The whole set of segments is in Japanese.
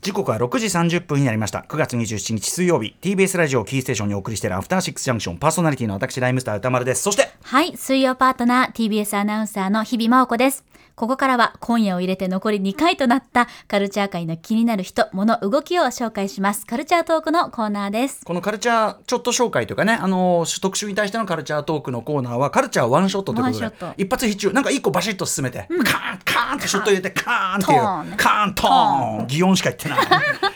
時刻は6時30分になりました9月27日水曜日 TBS ラジオキーステーションにお送りしているアフターシックスジャンクションパーソナリティの私ライムスター歌丸ですそしてはい、水曜パートナー TBS アナウンサーの日々真央子です。ここからは今夜を入れて残り2回となったカルチャー界の気になる人、物、動きを紹介します。カルチャートークのコーナーです。このカルチャーちょっと紹介というかねあのー特集に対してのカルチャートークのコーナーはカルチャーワンショットということワンでショット一発必中なんか一個バシッと進めて、カーンカーンってショット入れてカーンっていうトーンねカーントーン擬音しか言ってない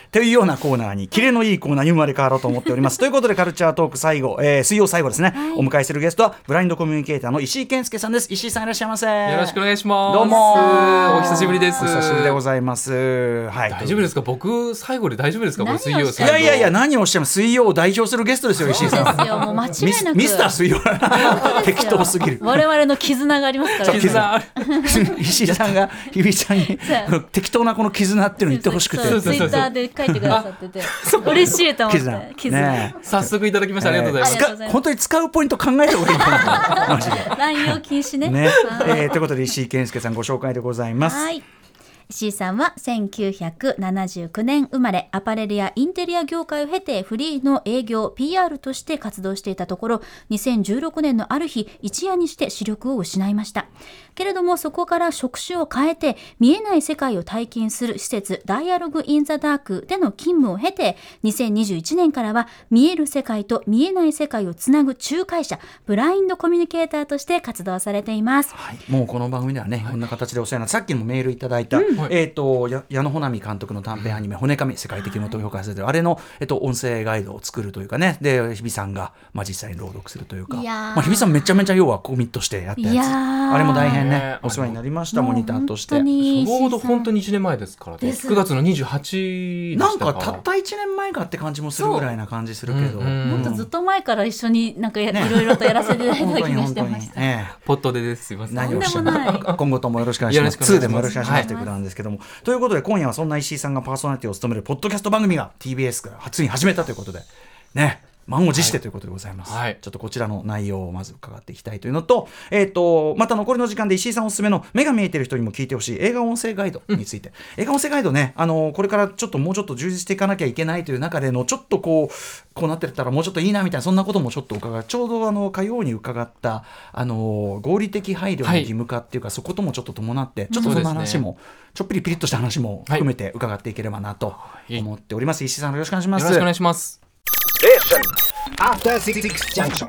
っていうようなコーナーにキレのいいコーナーに生まれ変わろうと思っており ますということでカルチャートーク最後、えー水曜最後ですね、お迎えするゲストはブラインドコミュニケーターの石井健介さんです石井さんいらっしゃいませよろしくお願いします。どうもお久しぶりです。お久しぶりでございますはい大丈夫ですか僕、最後で大丈夫ですかこれ水何を曜してい最や後。いやいや何をおっしゃいます水曜を代表するゲストですよ石井そさうんですよ、もう間違ミいスなく。ミスター 水曜適当すぎる我々の絆がありますからね。絆ある。石井さんが日比ちゃんにこの適当なこの絆っていうの言ってほしくてそうツそうイそッうそうターで書いてくださってて、嬉しいと思って。絆絆。ねえ早速いただきました。ありがとうございます。ありがとうござ使います本当に使うポイント考えた方がいいかなマジで。乱用禁止 ね。ねはいえーということで石井健介さんご紹介でございますは。い。石井さんは1979年生まれアパレルやインテリア業界を経てフリーの営業 PR として活動していたところ2016年のある日一夜にして視力を失いましたけれどもそこから職種を変えて見えない世界を体験する施設ダイアログ・イン・ザ・ダークでの勤務を経て2021年からは見える世界と見えない世界をつなぐ仲介者ブラインドコミュニケーターとして活動されていますはいもうこの番組ではね、こんな形でお世話になってさっきもメールいただいた、はいえっ、とや矢野穂波監督の短編アニメ「骨神世界的無糖評価されてる」あれの、えっと音声ガイドを作るというかねで日比さんが、まあ、実際に朗読するというかいやーまあ、日比さんめちゃめちゃ要はコミットしてやったやついやーあれも大変ねねお世話になりましたもうモニターとして本当にちょうど本当に1年前ですからね。です9月の28でなしんたかたった1年前かって感じもするぐらいな感じするけどそううんうんもっとずっと前から一緒になんかや、いろいろとやらせていただい本た当気にが本して当にました。ええポットでです。すいません。何をおっしゃるとんでもない今後ともよろしくお願いします。よろしくお願いします2でもよろしくお願いしまはすいということなんですけども。ということで、今夜はそんな石井さんがパーソナリティを務めるポッドキャスト番組が TBS から初に始めたということで、ね。満を持してということでございます、はいちょっとこちらの内容をまず伺っていきたいというのと、えっ、と、また残りの時間で石井さんおすすめの目が見えてる人にも聞いてほしい映画音声ガイドについて、映画音声ガイドね、あの、これからちょっともうちょっと充実していかなきゃいけないという中での、ちょっとこう、こうなってったらもうちょっといいなみたいな、そんなこともちょっと伺う。ちょうどあの、火曜に伺った、あの、合理的配慮の義務化っていうか、そこともちょっと伴って、ちょっとそのそうです話ねも、ちょっぴりピリッとした話も含めて伺っていければなとい思っております。石井さんよろしくお願いしまよす。ろしくお願いします。 After Six Junction.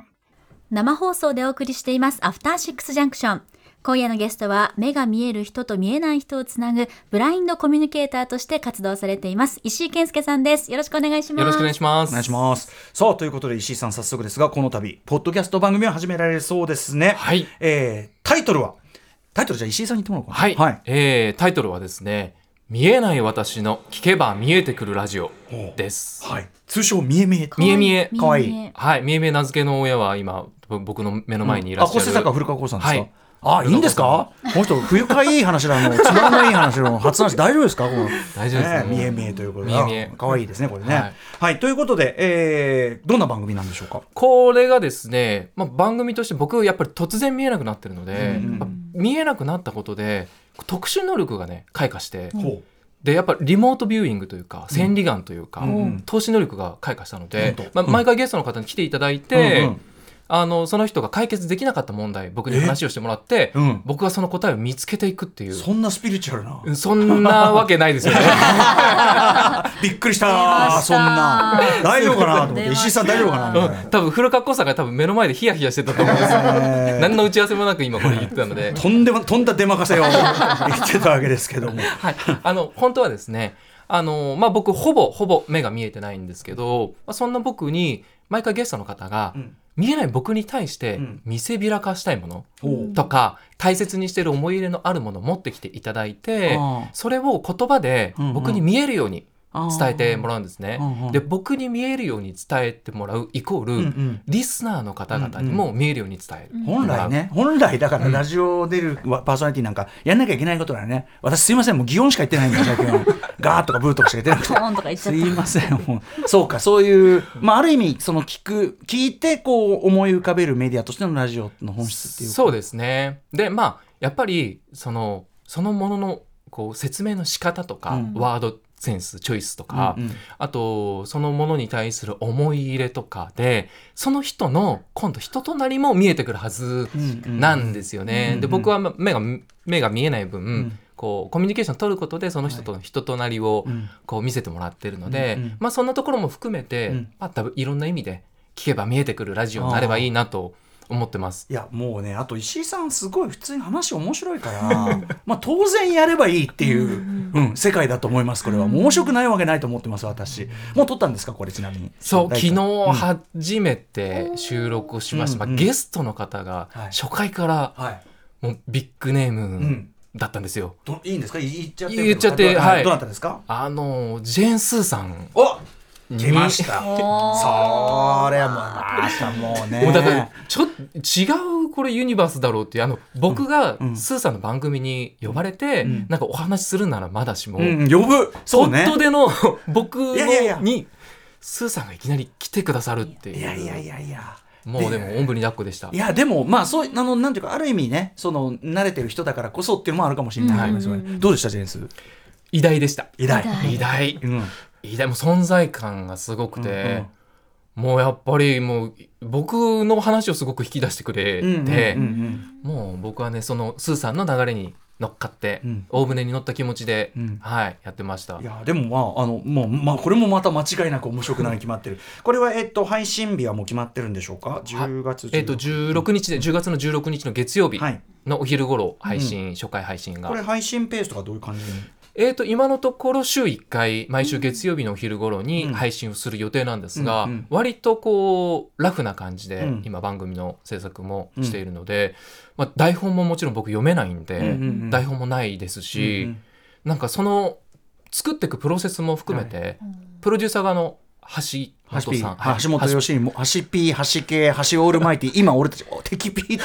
生放送でお送りしていますアフターシックスジャンクション今夜のゲストは目が見える人と見えない人をつなぐブラインドコミュニケーターとして活動されています石井健介さんですよろしくお願いしますよろしくお願いします。お願いします。さあ、ということで、石井さん、早速ですが、この度、ポッドキャスト番組を始められるそうですね。はいえータイトルはタイトルじゃあ石井さんに言ってもらおうかな。はい、えータイトルはですね、見えない私の聞けば見えてくるラジオです。はい通称、見え見えって。見え見えかわいいはい、みえみえ名付けの親は今、ぼ僕の目の前にいらあ、っしゃ小る。瀬坂古川光さんですか。はいあ、いいんですかこの人、不愉快いい話だの、つまらないい話だの、初話、大丈夫ですかこの大丈夫ですね見え見えということで。見え見えあかわいいですね、これね。ははいい。ということで、えーどんな番組なんでしょうかこれがですね、まあ、番組として僕やっぱり突然見えなくなってるので、うんまあ見えなくなったことで特殊能力がね開花して、ほでやっぱりリモートビューイングというか千里眼というか、うんうん投資能力が開花したので本、当まあ、うん毎回ゲストの方に来ていただいて、うんうんあのその人が解決できなかった問題僕に話をしてもらって、えうん僕がその答えを見つけていくっていう。そんなスピリチュアルな。そんなわけないです よね。びっくりし出またしたそんな。大丈夫かなと思って、出ました石井さん大丈夫かなみたいな多分古川光さんが多分目の前でヒヤヒヤしてたと思う んですよ。えー何の打ち合わせもなく今これ言ってたので。とんでも、とんだ出まか せを言ってたわけですけども。はい、 あの本当はですねあの、まあ、僕ほぼほぼ目が見えてないんですけど、まあ、そんな僕に毎回ゲストの方が、うん見えない僕に対してうん見せびらかしたいものおうとか、大切にしてる思い入れのあるものを持ってきていただいてああそれを言葉でうんうん僕に見えるように伝えてもらうんですね。うんうんで僕に見えるように伝えてもらうイコール、うんうんリスナーの方々にも見えるように伝える。本来ね、本来だからラジオ出るわパーソナリティなんかやんなきゃいけないことだよね。私すいません、もう擬音しか言ってないんで、最近は。ガーとかブーとかしか 言ってなくてポ。ーンとか言っちすゃっいたません、もう。そうか、そういう、まあ、ある意味、その聞く、聞いて、こう、思い浮かべるメディアとしてのラジオの本質っていうか。そうですねでまあやっぱりそのそのもののこう説明の仕方とか、うんワードセンスチョイスとか、うんうんあとそのものに対する思い入れとかでその人の今度人となりも見えてくるはずなんですよね。うんうんで僕はま目が目が見えない分、んこうコミュニケーション取ることでその人との人となりをうんこう見せてもらってるので、うんうんまあ、そんなところも含めて、うんパッといろんな意味で聞けば見えてくるラジオになればいいなと思ってます。いやもうねあと石井さんすごい普通に話面白いから まあ当然やればいいっていう、うん世界だと思いますこれはもう面白くないわけないと思ってます私もう撮ったんですかこれちなみにそう大昨体日初めて収録をしました、うんまあ、ゲストの方がはい初回からはいもうビッグネームんだったんですよ、どいいんですか言っちゃって言っちゃってどはいどなたですかあのジェーン・スーさんお来ましたそれおーもまたもうねもうだからちょっと違うこれユニバースだろうっていうあの僕がうんスーさんの番組に呼ばれて、うんなんかお話しするならまだしも、うん呼ぶそうね本当で の僕のいやいやいやにスーさんがいきなり来てくださるっていういやいやいやいやもうでもおんぶに抱っこでしたいやでもまあそうあのなんていうかある意味ねその慣れてる人だからこそっていうのもあるかもしれないですよね、どうでしたジェーンス偉大でした偉大偉大偉大うん偉大もう存在感がすごくて、もうやっぱりもう僕の話をすごく引き出してくれて、うんうんうんもう僕はねそのスーさんの流れに乗っかって、うん大船に乗った気持ちで、うんはいやってましたいやでもまああのもうまあこれもまた間違いなく面白くない決まってるこれはえっと配信日はもう決まってるんでしょうか10月えっと16日で10月の16日の月曜日はいのお昼頃配信、初回配信がこれ配信ペースとかどういう感じでえー、と今のところ週1回毎週月曜日のお昼頃うんに配信をする予定なんですが、うんうん割とこうラフな感じでうん今番組の制作もしているので、まあ、台本ももちろん僕読めないんで、うんうんうん台本もないですし、うんうんなんかその作っていくプロセスも含めて、プロデューサー側の橋橋本 P さん、橋本良信も橋 P 橋系橋オールマイティ今俺たちお敵 P って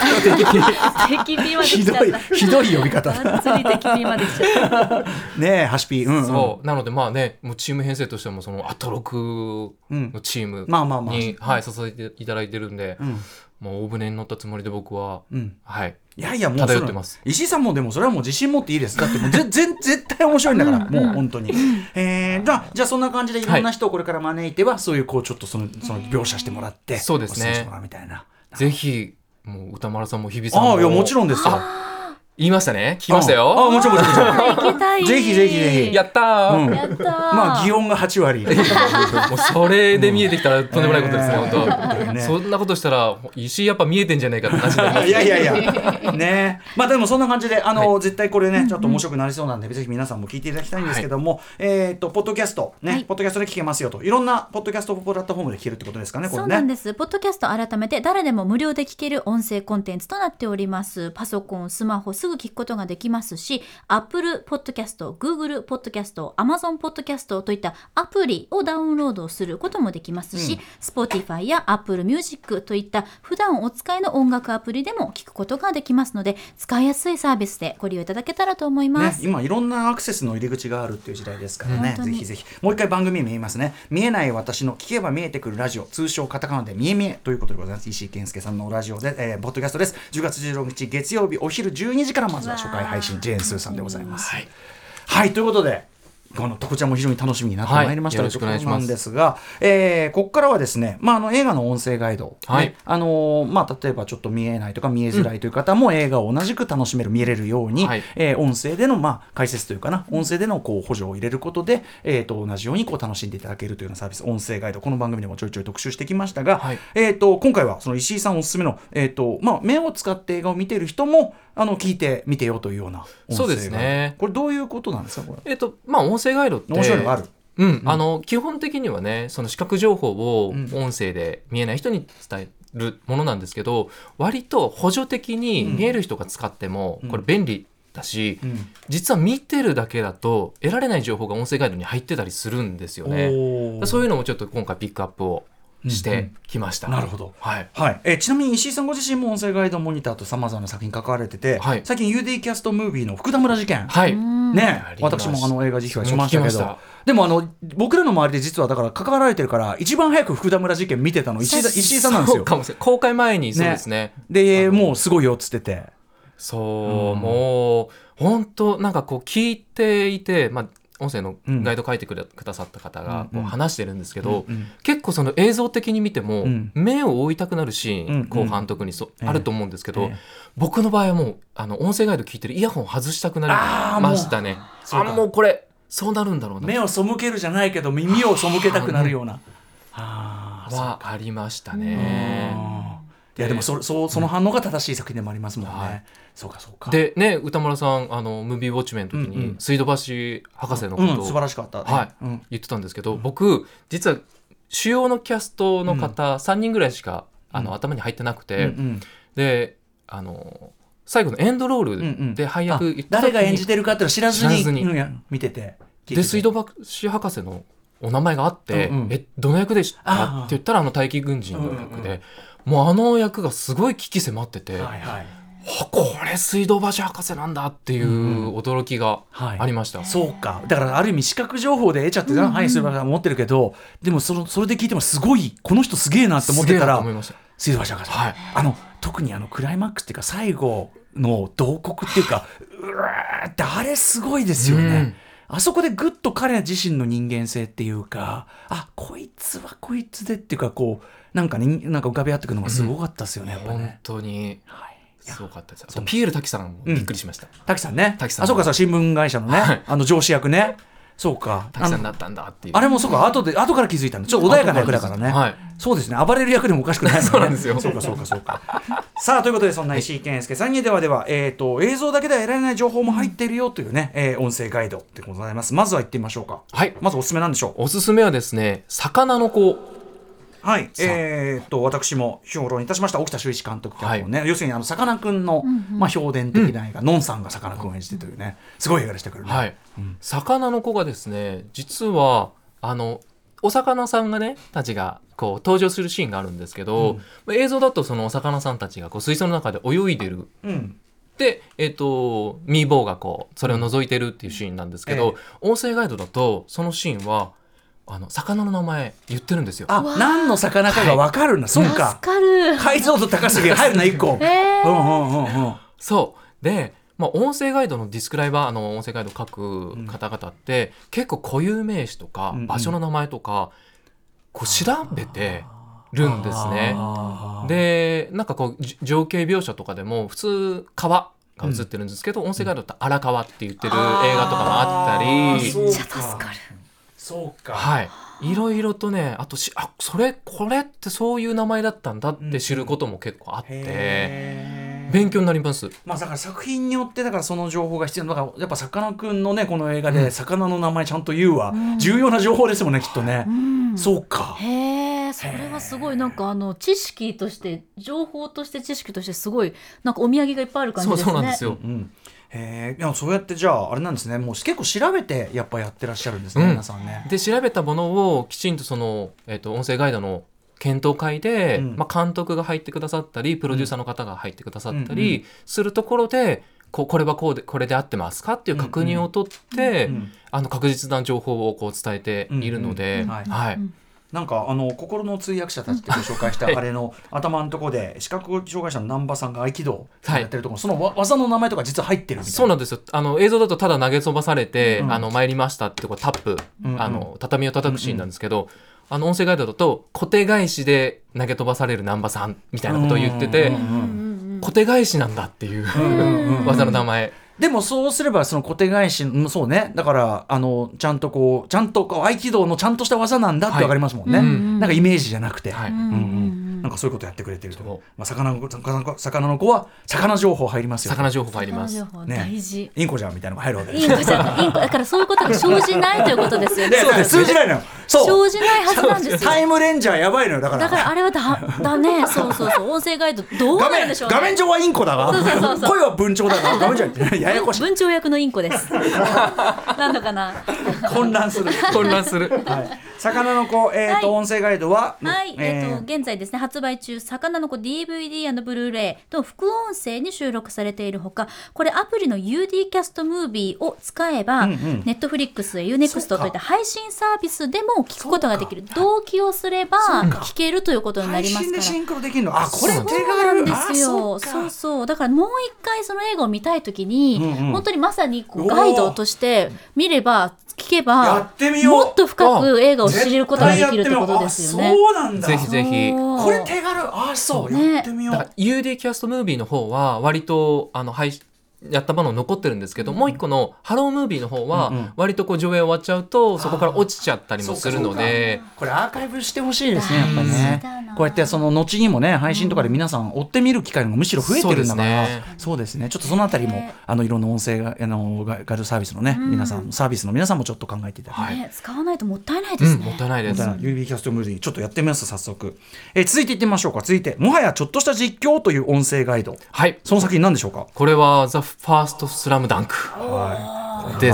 敵 P までひ来ちゃどっいひどい呼び方た。だがっつり敵 P まで来ちゃった。ねえ橋 P うんうんそうなのでまあねもうチーム編成としてもそのアトロクのチームまあまあまあに、はい、支えていただいてるんで、うんもう大船に乗ったつもりで僕は、うんはいいやいやもう漂ってますそれは石井さんもでもそれはもう自信持っていいですだってもうぜ ぜ絶対面白いんだからもう本当に、えー、じゃあじゃあそんな感じでいろんな人をこれから招いては、そういうこうちょっとそのその描写してもらってそうですおね勧めしてもらうみたいなぜひもう歌丸さんも日比さんもああいやもちろんですよ言いましたね聞きましたよああもちろんもちろんもち ろん行きたい。ぜひぜひぜひやったー、うんやったー。まあ擬音が8割 もうそれで見えてきたらとんでもないことですね、うん本当、ねそんなことしたら石井やっぱ見えてんじゃないかって話になりますいやいやいや、 ねえ、まあでもそんな感じで、あの、絶対これね、ちょっと面白くなりそうなんで、ぜひ皆さんも聞いていただきたいんですけども、えっと、ポッドキャスト、ね、はいポッドキャストで聞けますよと、いろんなポッドキャストプラットフォームで聞けるってことですかね、これそね。うなんです。ポッドキャスト改めて誰でも無料で聞ける音声コンテンツとなっております。パソコン、スマホすぐ聞くことができますし、Apple Podcast、Google Podcast、Amazon Podcast といったアプリをダウンロードすることもできますし、Spotify や Apple Music といった普段お使いの音楽アプリでも聞くことができますので、使いやすいサービスでご利用いただけたらと思いまねす。、今いろんなアクセスの入り口があるっていう時代ですからね、本当ぜにひぜひもう一回番組名言いますね「見えない私の聞けば見えてくるラジオ」通称カタカナで「見え見え」ということでございます石井健介さんのラジオで、えー、ポッドキャストです10月16日月曜日お昼12時からまずは初回配信ジェーン・スーさんでございます。はい、ということでこのとこちゃんも非常に楽しみになってまいりました、はいよろしくお願いしとまうすことなんですが、えーここからはですね、まあ、あの映画の音声ガイド、ねはいあのーまあ、例えばちょっと見えないとか見えづらいという方も映画を同じく楽しめる見れるように、はいえー音声での、まあ、解説というかな音声でのこう補助を入れることで、えー、と同じようにこう楽しんでいただけるというようなサービス音声ガイドこの番組でもちょいちょい特集してきましたが、はいえー、と今回はその石井さんおすすめの、えーとまあ、目を使って映画を見ている人もあの聞いてみてよというような音声ガイドそうですねこれどういうことなんですかこれえっとまあ音声ガイドって面白いのがある。うん、あの基本的にはねその視覚情報を音声で見えない人に伝えるものなんですけど割と補助的に見える人が使ってもんこれ便利だし、うん実は見てるだけだと得られない情報が音声ガイドに入ってたりするんですよね。おーそういうのもちょっと今回ピックアップをしてきました。うんうんなるほどはい。はい、えーちなみに石井さんご自身も音声ガイドモニターとさまざまな作品に関われてて、はい最近 UD キャストムービーの福田村事件、はい。ねあ、りました私もあの映画実況しましたけ聞きどましたでもあの僕らの周りで実はだから関わられてるから一番早く福田村事件見てたの石井さん石井さんなんですそよう。かもしれない公開前にそうですねでもうすごいよっつってて。そう、もう本当なんかこう聞いていて、まあ、音声のうんガイド書いてくれくださった方がうんこう話してるんですけど、うんうん結構その映像的に見てもうん目を覆いたくなるシーン、うん後半特にそ、ええあると思うんですけど、ええ僕の場合はもうあの音声ガイド聞いてるイヤホン外したくあなーりもうましたねそあうかもうこれそうなるんだろうな目を背けるじゃないけど耳を背けたくなるような。あーはありましたね。あーいやでもそそうその反応が正しい作品でもありますもんね。はいそうかそうか。でね歌丸さんあのムービーウォッチメンの時うんうにん水道橋博士のこうんとを素晴らしかった、ね。はいうん言ってたんですけど僕実は主要のキャストの方3人ぐらいしかあうんの頭に入ってなくうんうてんであの最後のエンドロうんうールんで配あ役言った時誰にが演じてるかっていうのを知らず知にらずにうんいや見てて聞いててで水道橋博士のお名前があってうんう「んえどの役でした?」あーって言ったらあの大気軍人のうん役うんうでもうあの役がすごい危機迫ってて。はいはいあこれ水道橋博士なんだっていんうう驚きがはいありました、そうかだからある意味視覚情報で得ちゃってなはいする持ってるけどでもそのそれで聞いてもすごいこの人すげえなって思ってたらすげえなと思いました水道橋博士、はいあの特にあのクライマックスっていうか最後の慟哭っていうかうわーってあれすごいですよね、あそこでぐっと彼自身の人間性っていうかあこいつはこいつでっていうかこうなんかねなんか浮かび合ってくるのがすごかったですよね、やっぱ本ね。当にはいいやすごかったですあそとうピエール滝さんもびっくりしました、滝さんね滝さんあそうかそう新聞会社のね、はいあの上司役ねそうか滝さんあだのったんだっていうあれもそうか後で後から気づいたんでちょっと穏やかな役だからね、はいそうですね暴れる役でもおかしくない、ね、そうなんですよそうかそうかそうかさあということでそんな石井健介さんにではでは、えー、と映像だけでは得られない情報も入っているよというね、えー音声ガイドでございますまずは行ってみましょうかはいまずおすすめなんでしょおすすめはですね魚の子うはいあえー、と私も評論いたしました沖田修一監督脚本ね、要するにあのさかなクンの、まあ、評伝的な映画、のんさんがさかなクンを演じてというねすごい映画でしたけどね、はい、魚の子がですね実はあのお魚さんがねたちがこう登場するシーンがあるんですけど、まあ映像だとそのお魚さんたちがこう水槽の中で泳いでるうんで、えっとミーボーがこうそれを覗いてるっていうシーンなんですけど、音声ガイドだとそのシーンはあの魚の名前言ってるんですよ。あ何の魚かが分かるんだ、そう助か かる。解像度高すぎる入るな1個、えうー、んうんうんうんそうで、まあ、音声ガイドのディスクライバーあの音声ガイドを書く方々って、結構固有名詞とか、うんうん場所の名前とかこう調べてるんですね。あーでなんかこうじ情景描写とかでも普通川が映ってるんですけど、音声ガイドだと荒川って言ってる映画とかもあったり。ーめっちゃ助かる。そうか。はい。いろいろとね、あとし、あ、それ、これってそういう名前だったんだって知ることも結構あって、へー勉強になります。まあだから作品によってだからその情報が必要だからやっぱさかなクンのねこの映画で魚の名前ちゃんと言うは重要な情報ですもんねきっとねう。んそうか。へえ、それはすごい、なんかあの知識として、情報として知識として、すごい。なんかお土産がいっぱいある感じそうですそね。うなんですよ。うん。へえ。いやそうやってじゃああれなんですね。もう結構調べてやっぱやってらっしゃるんですね、うん皆さんね。で、調べたものをきちんとその、えっ、と、音声ガイドの検討会で、うんまあ、監督が入ってくださったり、プロデューサーの方が入ってくださったうんうんうり、するところで、ここれはこうで、これで合ってますかっていう確認を取って、うんあの、確実な情報をこう伝えているので、うんうんはいはい。なんかあの心の通訳者たちってご紹介したあれの頭のところで視覚障害者の難波さんが合気道やってるところ、そのわ技の名前とか実は入ってるみたいな。そうなんですよあの映像だとただ投げそばされて、うんあの参りましたってこうタップ、うんうんあの畳を叩くシーンなんですけど、あの音声ガイドだと小手返しで投げ飛ばされる難波さんみたいなことを言ってて、うんうんうんうんうん小手返しなんだっていう、んうん技の名前、でもそうすればその小手返しうんそうねだからあのちゃんとこうちゃんとこう合気道のちゃんとした技なんだってはい分かりますもんね、うんうんなんかイメージじゃなくて、はいうんうんなんかそういうことやってくれてると、まあ、魚の子魚の子魚の子は魚情報入りますよ魚情報入ります情報大事。インコじゃんみたいなのが入るわけでイす ンコじゃインコだからそういうことが生じないということですよね。で数字ないのよそう生じないはずなんですよ。タイムレンジャーやばいのよだからだからあれはだだね、そうそうそう、音声ガイドどう画なん面でしょう、ね。画面上はインコだわそうそうそうそう声は文鳥だ が画面上はややこしい文鳥役のインコです。なのかな。混乱する混乱するはい、魚の子、えーとは音声ガイドは、はい、えっ、ーと現在ですね発発売中魚の子 DVD& ブルーレイと副音声に収録されているほかこれアプリの UD キャストムービーを使えば、うんうんネットフリックスや UNEXT といった配信サービスでも聞くことができるそうか同期をすればそうか聞けるということにな配ります信かでら。シンクロできるのあこれ手そう軽なんですよあそうそそううかだからもう一回その映画を見たい時に、うんうん本当にまさにこおうーガイドとして見れば聞けやばってみようもっと深く映画を知ることができるってことですよあね。そうなんだぜひぜひそうこれ手軽あそうねやってみよだからう UD キャストムービーの方は割とあの配信やったもの残ってるんですけど、もう一個のハロームービーの方うんうんは割とこう上映終わっちゃうとそこから落ちちゃったりもするのでこれアーカイブしてほしいですねやっぱり大ね事だなこうやってその後にもね配信とかで皆さん追ってみる機会がむしろ増えてるんだからそうですねそうですねちょっとそのあたりもねあのいろんな音声があのガガイドサービスのねうん皆さんサービスの皆さんもちょっと考えていただきたいね使わないともったいないでうすんね。もったいないでみすたいな UB キャストムービーちょっとやってみます早速、えー続いていってみましょうか続いてもはやちょっとした実況という音声ガイドはいその先に何でしょうかこれは「ザ・ファースト・スラムダンクで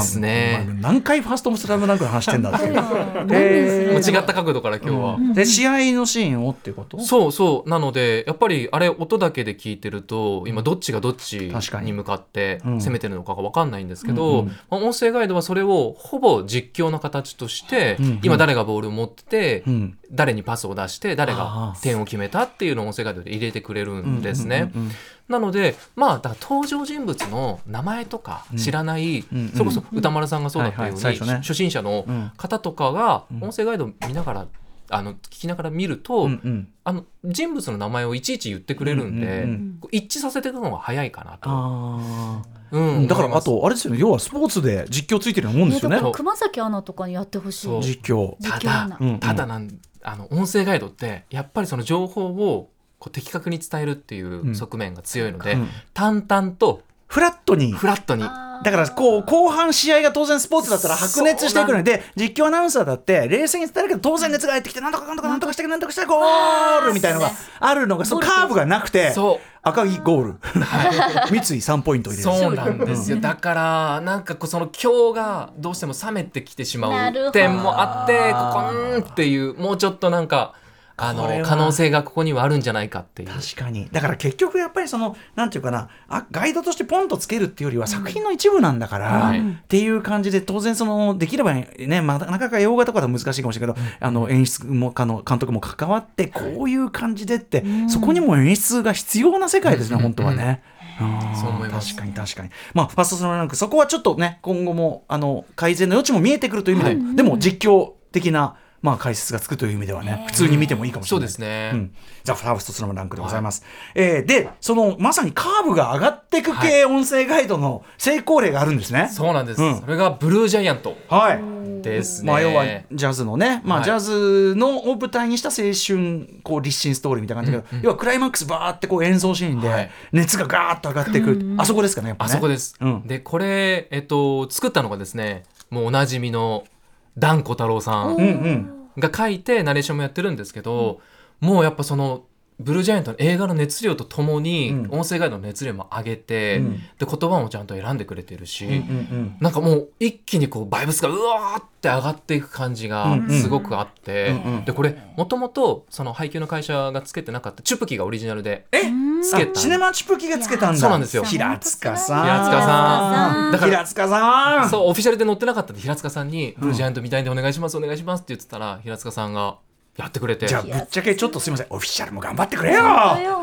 すお前ね何回ファーストもスラムダンクの話してんだって いうもうえ違った角度から今日は、ーで試合のシーンをっていうことそうそうなのでやっぱりあれ音だけで聞いてると今どっちがどっち確かにに向かってうん攻めてるのかが分かんないんですけうんど、うんまあ音声ガイドはそれをほぼ実況の形として、うんうん今誰がボールを持ってて、うん誰にパスを出して誰あがー点を決めたっていうのを音声ガイドで入れてくれるんですね。うんうんうんなのでまあだから登場人物の名前とか知らない、うんうんそれこそ歌丸さんがそうだったように、はいはい最初ね初心者のうん方とかがうん音声ガイドを見ながら、あの聞きながら見ると、うんうんあの人物の名前をいちいち言ってくれるんで、うんうんうんこう一致させていくのが早いかなと。あーうんだか思いらあますとあれですよね要はスポーツで実況ついてるようなもんいでやすよだねから熊崎アナとかにやってほしい。そう実実況た況アナだ、うんうんただなんあの音声ガイドってやっぱりその情報をこう的確に伝えるっていんう側面が強いので、うん淡々とフラットにフラットにだからこう後半試合が当然スポーツだったら白熱していくので実況アナウンサーだって冷静に伝えるけど当然熱が入ってきてなんとかなんとかなんとかしてなんとかしてゴールみたいなのがあるのがそのカーブがなくてそう赤木ゴール三井3ポイント入れるそうなんですよだからなんかこうその今日がどうしても冷めてきてしまなるほどう点もあってここうんっていうもうちょっとなんかあこれのは可能性がここにはあるんじゃないかっていう。確かにだから結局やっぱりそのなんていうかなあガイドとしてポンとつけるっていうよりは作品の一部なんだから、はいっていう感じで当然そのできればね、まあ、なかなか洋画とかだと難しいかもしれないけど、あの演出もかの監督も関わってこういう感じでって、そこにも演出が必要な世界ですね、本当はね。うんそう思います確かに確かに、まあ、ファーストスラムダンクそこはちょっとね今後もあの改善の余地も見えてくるという意味で、でも実況的な、まあ、解説がつくという意味ではね、普通に見てもいいかもしそれうないですね、うん、ザ・ファーストスラムダンクでございます、えーでそのまさにカーブが上がっていく系音声ガイドの成功例があるんですね、そうなんです、うんそれがブルージャイアントはい、ですね、まあ、要はジャズのね、まあ、はいジャズのを舞台にした青春こう立身ストーリーみたいな感じだけど、要はクライマックスバーってこう演奏シーンはでい熱がガーッと上がっていく、あそこですかねやっぱあねそこです、うんでこれ、えっと、作ったのがですねもうおなじみのダン小太郎さうんんうんが書いてナレーションもやってるんですけど、もうやっぱそのブルージャイアントの映画の熱量とともに、うん音声ガイドの熱量も上げて、うんで言葉もちゃんと選んでくれてるし、うんうんなんかもう一気にこうバイブスがうわーって上がっていく感じがうんうんすごくあって、うんうんでこれもともとその配給の会社がつけてなかったチュプキがオリジナルでえつけたあシネマチュプキがつけたんだそうなんですよ平塚さん平塚さんだから平塚さんそうオフィシャルで載ってなかったんで平塚さんに「ブルージャイアントみたいでお願いしますお願いします」って言ってたら平塚さんがやってくれてじゃあぶっちゃけちょっとすいませんオフィシャルも頑張ってくれよ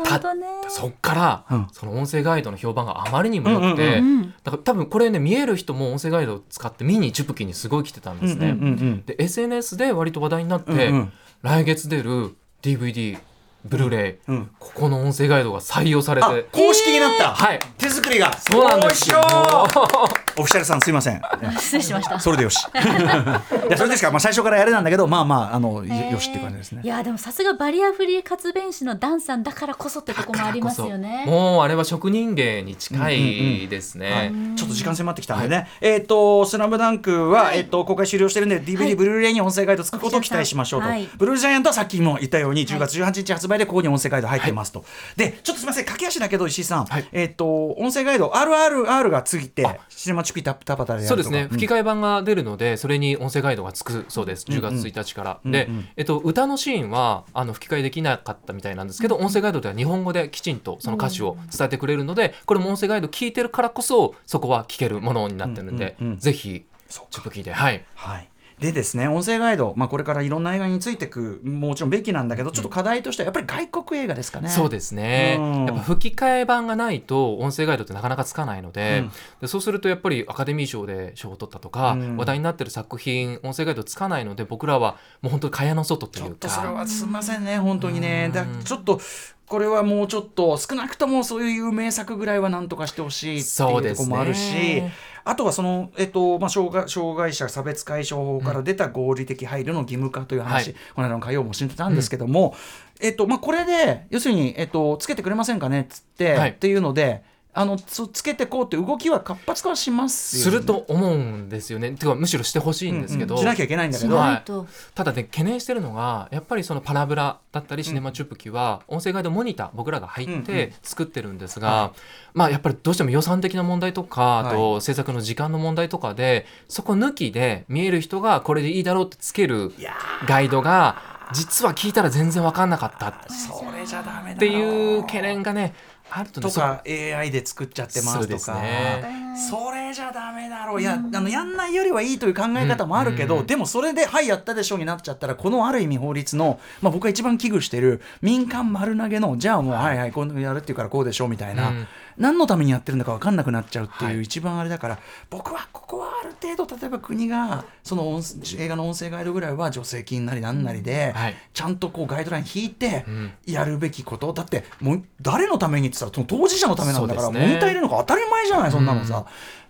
本当ね。そっから、うんその音声ガイドの評判があまりにも良くて、ううんだから多分これね見える人も音声ガイドを使って見にチュプキにすごい来てたんですうね。んうんうんうんで SNS で割と話題になって、うんうん来月出る DVD ブルーレイ、うんここの音声ガイドが採用されあて公式になった、はい手作りがそうなんですよおいしょオフィシャルさんすいません失礼しました。それでよ しいやそれですから、まあ、最初からやれなんだけどまあまああの、よよしって感じですねいやでもさすがバリアフリー活弁士のダンさんだからこそってとこもありますよね。もうあれは職人芸に近いですね。はい、ちょっと時間迫ってきたんでね、えっ、と「スラムダンクは、えっと公開終了してるんで DVD、はいブルーレイに音声ガイドつくことを期待しましょうと、はいブルージャイアントはさっきも言ったように10月18日発売でここに音声ガイド入ってますと、でちょっとすみません駆け足だけど石井さん、はいえっ、と音声ガイド RRR がついてシネマチュピタプタパタでやるとかそうですね吹き替え版が出るので、それに音声ガイドがつくそうです10月1日から、うんうんで、うんうんえっと、歌のシーンはあの吹き替えできなかったみたいなんですけど、音声ガイドでは日本語できちんとその歌詞を伝えてくれるのでこれも音声ガイド聞いてるからこそそこは聞けるものになってるんで、うんうんうんぜひそうかちょっと聞いてはいはいでですね音声ガイド、まあ、これからいろんな映画についてくもちろんべきなんだけどちょっと課題としてはやっぱり外国映画ですかね。そうですね、うんやっぱ吹き替え版がないと音声ガイドってなかなかつかないので,、うんでそうするとやっぱりアカデミー賞で賞を取ったとか、うん話題になってる作品音声ガイドつかないので僕らはもう本当に蚊帳の外とちいょっうとそれかはすみませんね、本当にね。だうんちょっとこれはもうちょっと少なくともそういう有名作ぐらいはなんとかしてほしいってそいううでとこすねもあるし、あとはその、えっとまあ、障害障害者差別解消法から出た合理的配慮の義務化という話、はいこの間の火曜もしてたんですけども、えっとまあ、これで要するに、えっと、つけてくれませんかねっつって、はいっていうのであのつつけてこうって動きは活発化はしますよすると思うんですよね。てかむしろしてほしいんですけど、うんうんしなきゃいけないんだけしど。ないと、ただね懸念してるのがやっぱりそのパラブラだったりシネマチュップ機は音声ガイドモニター僕らが入っうんうんて作ってるんですが、まあやっぱりどうしても予算的な問題とかあと制作の時間の問題とかでそこ抜きで見える人がこれでいいだろうってつけるいやガイドが実は聞いたら全然分かんなかったっーそれじゃダメだろていう懸念がねあるとねとか AI で作っちゃってますそうとですかねそれじゃダメだろういやあのやんないよりはいいという考え方もあるけど、うんでもそれで「はいやったでしょ」になっちゃったらこのある意味法律の、まあ、僕が一番危惧してる民間丸投げのじゃあもうはいはいこういうのやるっていうからこうでしょみたいな、うん何のためにやってるのか分かんなくなっちゃうってはいいう一番あれだから、僕はここはある程度例えば国がその音映画の音声ガイドぐらいは助成金なりなんなりで、はいちゃんとこうガイドライン引いてうんやるべきこと、だってもう誰のためにって言ったらその当事者のためなんだから、そうですモねニター入れるのが当たり前じゃないそんなのさ。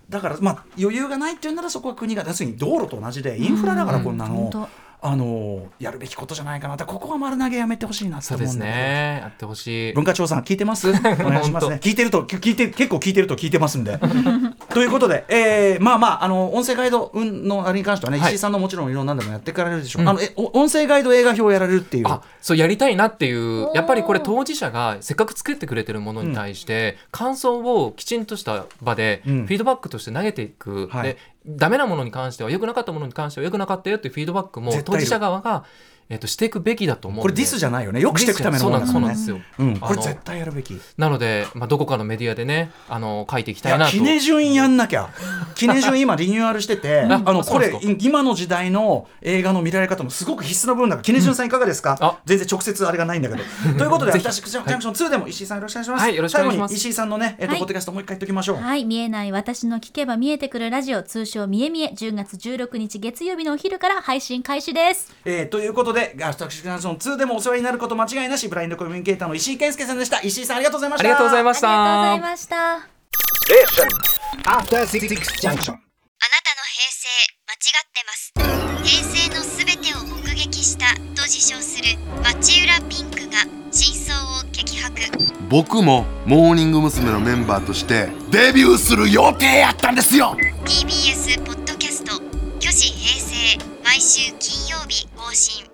だから、まあ、余裕がないっていうならそこは国が要するに道路と同じでインフラだからこんなうんの本、当あのやるべきことじゃないかなだからここは丸投げやめてほしいなってそう思でうんすだけどねやってほしい文化庁さん聞いてます お願いしますね聞いてるとき聞いて結構聞いてると聞いてますんで ということで、えーまあまああの音声ガイドのあれに関してはね、はい石井さんのもちろんいろんな何でもやっていかれるでしょう、うんあのえお音声ガイド映画表をやられるっていうあそうやりたいなっていおうーやっぱりこれ当事者がせっかく作ってくれてるものに対して感想をきちんとした場でうフんィードバックとして投げていく、はいでダメなものに関しては良くなかったものに関しては良くなかったよっていうフィードバックも絶対いる当事者側が、えっとしていくべきだと思うんこれディスじゃないよねよくしていくためのものだそかうならんねですそうなんですよ、うん、あのこれ絶対やるべき。いなので、まあ、どこかのメディアでねあの書いていきたいや、なと記念順やんなきゃ。記念順今リニューアルしてて、あの、そこうなんれです、今の時代の映画の見られ方もすごく必須な部分だから、記念順さんいかがですか、うんあ全然直接あれがないん だけど。ということで、ぜひ私、ジャンクション2でも石井さんよろしくお願いします。はいよろしくお願いしま最後すに石井さんのね、えっと、はいポッドキャストもう一回言っときましょう。はい、見えない私の聞けば見えてくるラジオ、通称見え見え、10月16日月曜日のお昼から配信開始です。えーということで、ガスタクシジャンクション2でもお世話になること間違いなし、ブラインドコミュニケーターの石井健介さんでした。石井さん、ありがとうございましあた。りがとうございまあしりがとうたございました。 Station. After Six Junction. あなたの平成間違ってます平成のすべてを目撃したと自称する町浦ピンクが真相を激白僕もモーニング娘。のメンバーとしてデビューする予定やったんですよ TBS ポッドキャスト「虚子平成」毎週金曜日更新